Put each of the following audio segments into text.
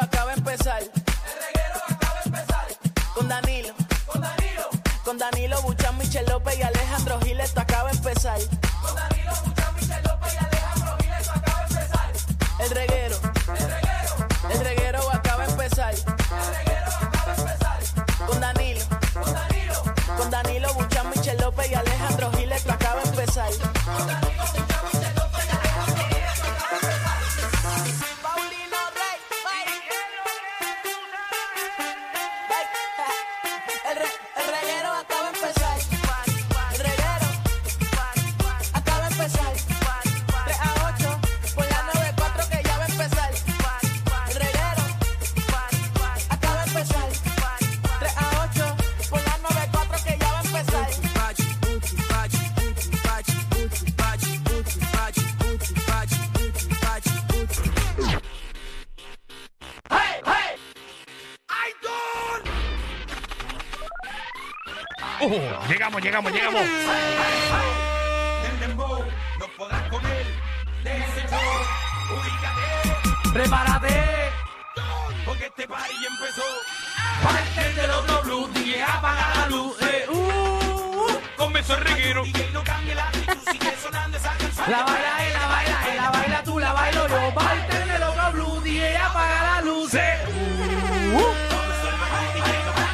acaba de empezar. Con Danilo. Con Danilo Buchan, Michel López y Alejandro Gil, esto acaba de empezar. El reguero. El reguero acaba de empezar. Con Danilo. Con Danilo Buchan, Michel López y Alejandro Gil, esto acaba de empezar. Paulino Rey, bye. El, re, el reguero acaba de empezar. El reguero acaba de empezar. 3 a 8, por la 94 que ya va a empezar. El reguero acaba de empezar. 3 a 8, por la 94 que ya va a empezar. Uh, llegamos, llegamos, llegamos. Prepárate, porque este party ya empezó. Parte del otro blues, DJ apaga la luz. eh, uh, comenzó el reguero. La baila él, la baila él, la baila tú, la bailo yo. Parte del otro blues, DJ apaga la luz. eh,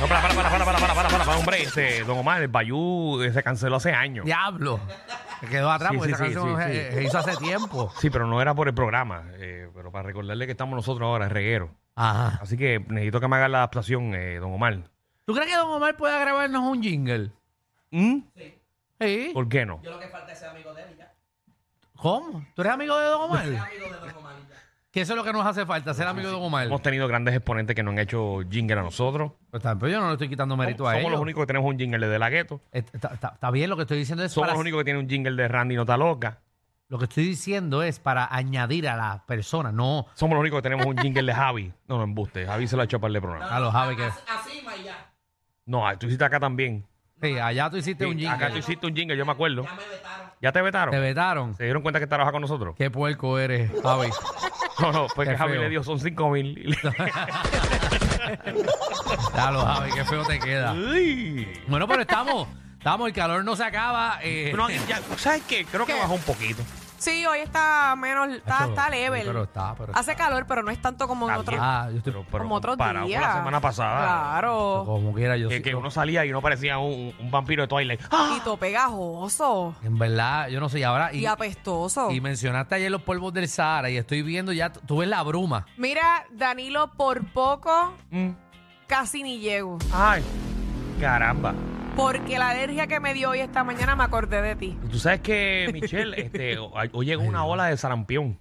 No, para, para, para, para, para, para, para, para, para, hombre. Este, don Omar, el Bayou eh, se canceló hace años. Diablo, se quedó atrás Sí, porque sí, esa sí, canción sí, se- sí. se hizo hace tiempo. Sí, pero no era por el programa. eh, pero para recordarle que estamos nosotros ahora, el reguero. Ajá. Así que necesito que me haga la adaptación, eh, don Omar. ¿Tú crees que Don Omar pueda grabarnos un jingle? ¿Mm? Sí. ¿Por qué no? ¿Cómo? ¿Tú eres amigo de Don Omar? Que eso es lo que nos hace falta, ser amigo de Don Omar. Hemos tenido grandes exponentes que nos han hecho jingle a nosotros. Pues tampoco yo no le estoy quitando mérito a Somos ellos. los únicos que tenemos un jingle de la gueto. Eh, Está, está- está bien, lo que estoy diciendo es Somos para- los únicos que tienen un jingle de Randy Nota Loca. lo que estoy diciendo es para añadir a las personas, no Somos los únicos que tenemos un jingle de Javi. No, no, embuste. Javi se lo ha hecho para el programa. a los Javi que No, ah, tú hiciste acá también. sí, allá tú hiciste un Sí, jingle. Acá tú hiciste un jingle, yo me acuerdo. Ya me vetaron. ¿Ya te vetaron? Te vetaron. ¿Se dieron cuenta que trabaja con nosotros? Qué puerco eres, Javi. No, no, pues Qué que Javi feo. le dio son 5 mil. Dalo, Javi, qué feo te queda. Bueno, pero estamos, estamos, el calor no se acaba. eh. ¿Sabes qué? Creo que bajó un poquito. Sí, hoy está menos, está, Hacho, está leve. sí, pero está, pero Hace calor, pero no es tanto como en Está otros. bien. Ah, yo estoy Pero, pero como otros comparado con días. la semana pasada. Claro. como quiera yo. Que, sí- que uno salía y uno parecía un, un vampiro de Twilight. ¡Ah! Y todo pegajoso. En verdad, yo no sé, y ahora Y, y, apestoso. y mencionaste ayer los polvos del Sahara y estoy viendo ya, tú ves la bruma. Mira, Danilo, por poco Mm. casi ni llego. ¡Ay! Caramba. Porque la alergia que me dio hoy esta mañana me acordé de ti. Y Tú sabes que, Michelle, este, hoy hoy llegó una ola de sarampión.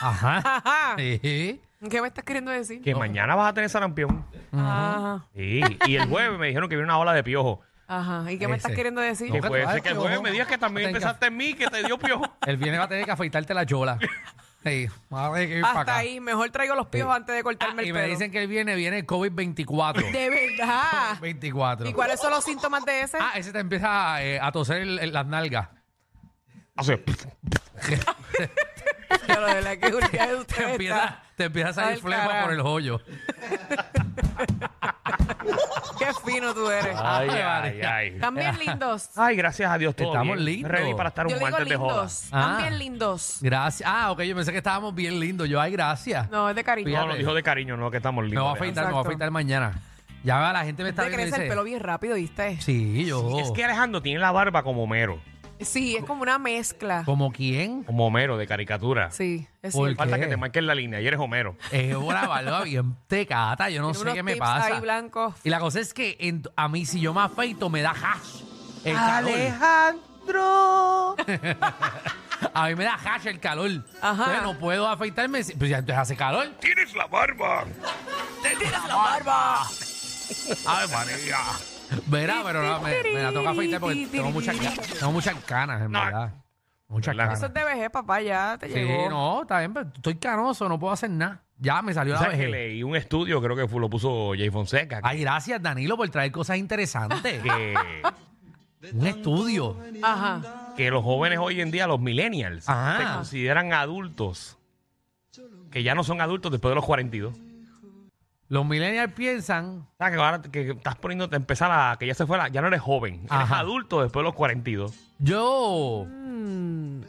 Ajá. Ajá. Sí. ¿Qué me estás queriendo decir? Que mañana vas a tener sarampión. Ajá. Sí. Y el jueves me dijeron que viene una ola de piojo. Ajá. ¿Y qué me Ese. estás queriendo decir? No, Que que puede tú ser vas que el piojo. jueves me digas que también Tenga- empezaste en mí, que te dio piojo. El viernes va a tener que afeitarte la chola. Sí, vamos a tener que ir para Hasta acá. ahí. Mejor traigo los piojos Sí. antes de Ah, cortarme el y pelo. me dicen que el viernes viene el COVID-24. De verdad. 24. ¿Y cuáles son los síntomas de ese? Ah, ese te empieza eh, a toser el- el- las nalgas. Hace- Yo lo de la que Julián, usted Te empieza, está- te empieza a salir Al flema carajo. por el hoyo. Qué fino tú eres. Ay, Ay, ay, María. ay. También lindos. Ay, gracias a Dios, todo Estamos bien. lindos. Ready para estar Yo un le digo martes de joda. lindos. Ah. También lindos. Gracias. Ah, ok, yo pensé que estábamos bien lindos. Yo, ay, gracias. No, es de cariño. No, lo dijo de cariño, no, que estamos me lindos. voy a afeitar, me voy a Exacto. afeitar mañana. Ya la gente me está Te viendo y crece el dice, pelo bien rápido, ¿viste? Sí, yo. Es que Alejandro tiene la barba como Homero, Sí, es como una mezcla. ¿Como quién? como Homero de caricatura. Sí, es Por- cierto. Falta ¿Qué? que te marquen la línea, y eres Homero. Es una barba bien tecata. Yo no Tiene sé unos qué me tips pasa. ahí blancos. Y la cosa es que en- a mí, si yo me afeito, me da hash. El calor. Alejandro. A mí me da hash el calor. Ajá. Entonces no puedo afeitarme. si- Pues ya entonces hace calor. Tienes la barba. ¡Te tiras la barba! ¡Ay, María! Verá, pero no, me, me la toca afeitar porque tengo muchas, ca- tengo muchas canas, en No. verdad. Muchas ¿Verdad? canas. Eso es de vejez, papá, ya te Sí, llegó. no, está bien, pero estoy canoso, no puedo hacer nada. Ya me salió la ¿Sabes que vejez. leí un estudio, creo que fue- lo puso Jay Fonseca, que- Ay, gracias, Danilo, por traer cosas interesantes. que, Un estudio. Ajá. que los jóvenes hoy en día, los millennials, Ajá. se consideran adultos, que ya no son adultos después de los 42. O Los millennials piensan. sea, que ahora que estás poniendo, te empezar a, que ya se fuera, ya no eres joven, eres Ajá. adulto después de los 42. Yo.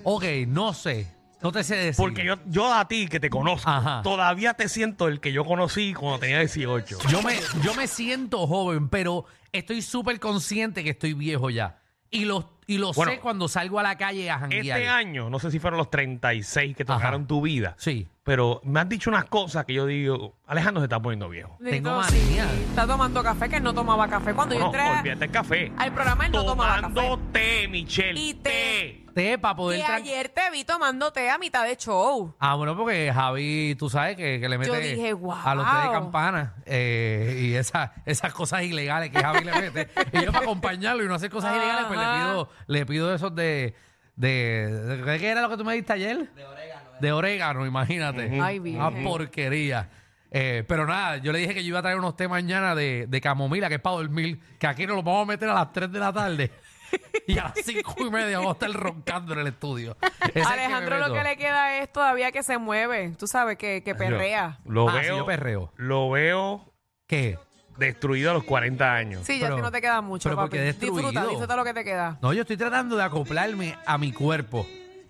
Ok, no sé. No te sé decir. Porque yo, yo a ti que te conozco, Ajá. todavía te siento el que yo conocí cuando tenía 18. Yo me, yo me siento joven, pero estoy súper consciente que estoy viejo ya. Y lo, y lo Bueno, sé cuando salgo a la calle a janguear. Este año, no sé si fueron los 36 que Ajá. tocaron tu vida, Sí. pero me has dicho unas cosas que yo digo, Alejandro se está poniendo viejo. Tengo Entonces, manía. Está tomando café, que él no tomaba café. Cuando No, yo entré olvídate el café. al programa, él no tomaba Tomando café. té, Michelle. Y té. té. Té para poder... Y tran- ayer te vi tomando té a mitad de show. Ah, bueno, porque Javi, tú sabes que, que le mete Yo dije, "Guau". a los té de campana eh, y esa- esas cosas ilegales que Javi le mete. Y yo para acompañarlo y no hacer cosas ilegales, pues le Ajá. pido, le pido esos de, de, de- ¿Qué era lo que tú me diste ayer? De orégano. De orégano, imagínate. Ay, Una virgen. porquería. Eh, pero nada, yo le dije que yo iba a traer unos té mañana de, de camomila, que es para dormir, que aquí nos los vamos a meter a las 3 de la tarde. Y a las 5 y media vamos a estar roncando en el estudio. Ese es el que me Alejandro lo meto. que le queda es todavía que se mueve. Tú sabes, que, que perrea. Yo lo Ah, sí, veo. yo perreo. Lo veo ¿Qué? destruido a los 40 años. Sí, ya pero- que no te queda mucho, pero porque papi. destruido. Disfruta, disfruta lo que te queda. No, yo estoy tratando de acoplarme a mi cuerpo.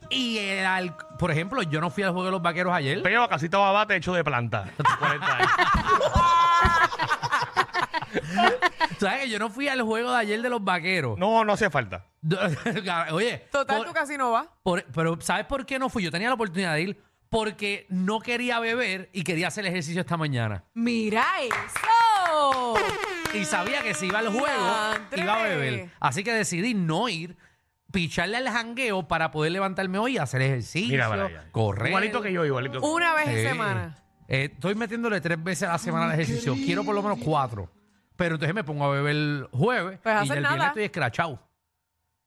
Y el al- por ejemplo, yo no fui al juego de los vaqueros ayer. Peña Bacasita Babate hecho de planta. a tus 40 años. ¿Sabes que yo no fui al juego de ayer de los vaqueros? No, no hacía falta. Oye, Total, por- tú casi no vas. por- pero ¿sabes por qué no fui? Yo tenía la oportunidad de ir porque no quería beber y quería hacer ejercicio esta mañana. ¡Mira eso! Y sabía que si iba al juego, ¡Diantre! iba a beber. Así que decidí no ir, picharle al jangueo para poder levantarme hoy y hacer ejercicio. Mira para allá. Correr. Igualito que yo, igualito. que- Una vez Sí. en semana. Eh, estoy metiéndole tres veces a la semana al ejercicio. Quiero por lo menos cuatro. Pero entonces me pongo a beber el jueves Pues y haces ya el nada. viernes estoy escrachado.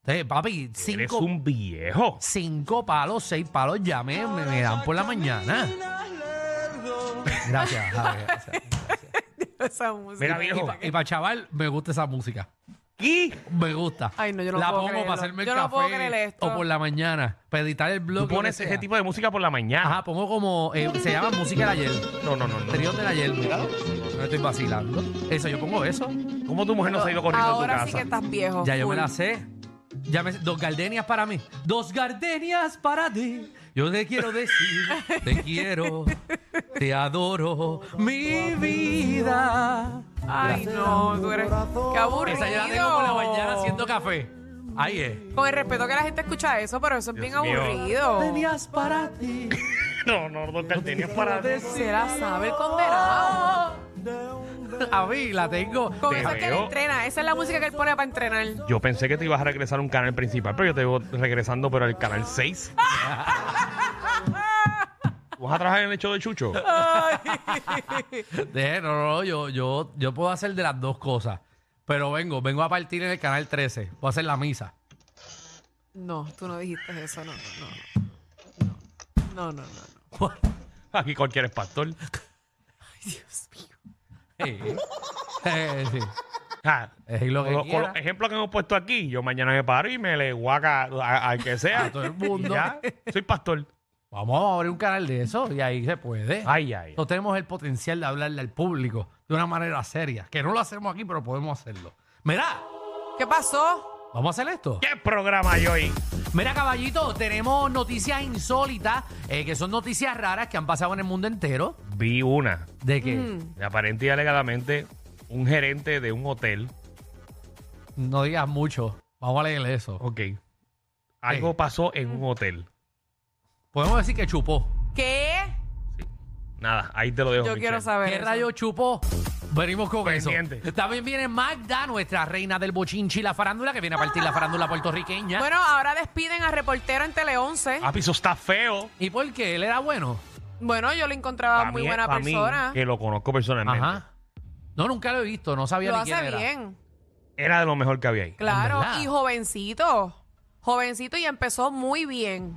Entonces, papi, Eres cinco, un viejo. cinco palos, seis palos ya me, me- me dan por la mañana. Gracias, Javi, gracias. Esa música. Mira, viejo. Y para chaval, me gusta esa música. ¿Y? Me gusta. Ay, no, yo no La puedo pongo creerlo. para hacerme el Yo café no puedo creer esto. o por la mañana, para editar el Tú blog. lo que pones sea. ese tipo de música por la mañana. Ajá, pongo como, eh, se llama música de ayer. No, no, no, no. Trío del ayer, mira. No estoy vacilando. Eso, yo pongo eso. ¿Cómo tu mujer no se ha ido corriendo a tu Ahora sí casa? que estás viejo. Ya yo me full. la sé. Ya me sé. Dos gardenias para mí. Dos gardenias para ti. Yo te quiero decir, te quiero, te adoro, mi vida. Ay, no, tú eres. ¡Qué aburrido! Esa yo la tengo por la mañana haciendo café. Ahí es. Con el respeto que la gente escucha eso, pero eso es bien mío. aburrido. Gardenias para ti. No, no, no, no, tenías para Se la sabe el condenado. A mí la tengo. Con Te eso es que él veo. entrena. Esa es la música que él pone para entrenar. Yo pensé que te ibas a regresar a un canal principal, pero yo te veo regresando, pero al canal 6. ¿Vas a trabajar en el show de Chucho? De- no, no, no, yo, yo, yo puedo hacer de las dos cosas. Pero vengo, vengo a partir en el canal 13. Voy a hacer la misa. No, tú no dijiste eso, no, no, no. No, no, no. no. Aquí cualquier es pastor. Sí. Eh, sí. Ah, Es lo que con lo- con quiera. los ejemplos que hemos puesto aquí, yo mañana me paro y me le guaca a- al que sea. A todo el mundo. Y ya, soy pastor. Vamos a abrir un canal de eso y ahí se puede. Ay, ay. No tenemos el potencial de hablarle al público de una manera seria. Que no lo hacemos aquí, pero podemos hacerlo. Mira, ¿Qué pasó? vamos a hacer esto. ¿Qué programa hay hoy? Mira, caballito, tenemos noticias insólitas, eh, que son noticias raras que han pasado en el mundo entero. Vi una. De que Mm. Aparente y alegadamente, un gerente de un hotel. no digas mucho. Vamos a leerle eso. Ok. Algo Eh. pasó en un hotel. Podemos decir que chupó. ¿Qué? Nada, ahí te lo dejo. Yo Michelle. quiero saber. ¿Qué eso. rayo chupó? Venimos con Pendiente. eso. También viene Magda, nuestra reina del bochinchi y la farándula, que viene a partir la farándula puertorriqueña. Bueno, ahora despiden a reportero en Tele 11. Papi, eso está feo. ¿Y por qué? Él era bueno. Bueno, yo lo encontraba Pa' muy mí- buena pa' mí, persona. que lo conozco personalmente. Ajá. No, nunca lo he visto, no sabía Lo ni quién hace era. bien. Era de lo mejor que había ahí. Claro, verdad. y jovencito. Jovencito y empezó muy bien.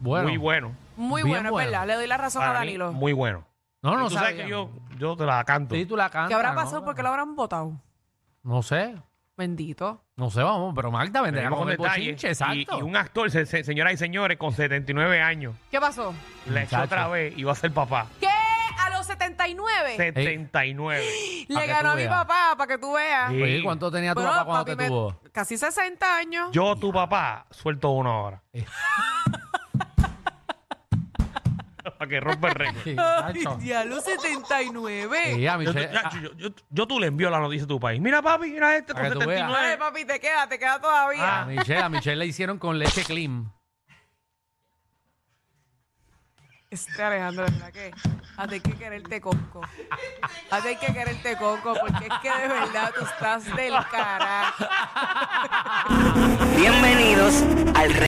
Bueno. Muy bueno. Muy Bien bueno, bueno. es verdad. Le doy la razón a Para mí, Danilo. muy bueno. No, Y no tú sabes sabía. que yo, yo te la canto. Sí, tú la cantas, ¿Qué habrá ¿no? pasado? ¿Por qué lo habrán votado? No sé. Bendito. No sé, vamos, pero Magda vendrá Venimos con el detalle. bochinche, y, exacto. y un actor, se- se- señoras y señores, con 79 años, ¿Qué pasó? la echó Muchacho. otra vez y va a ser papá. ¿Qué? A los 79 79. le pa' que ganó tú a mi veas. papá para que tú veas. Sí. Oye, ¿cuánto tenía tu Bueno, papá cuando papi te me- tuvo? Casi 60 años. Yo, tu papá, suelto uno ahora. Para que rompa el récord. Sí, Ay, macho. ya los 79. Sí, a Yo, Michelle- yo- yo- yo- yo tú le envío la noticia a tu país. Mira, papi, mira este con Para que tú veas. 79. Dale, papi, te queda, te queda a- a todavía. Michelle, a Michelle le hicieron con leche clean. Este Alejandro, ¿verdad que? A ti hay que quererte coco. A ti hay que quererte coco, porque es que de verdad tú estás del carajo. Bienvenidos al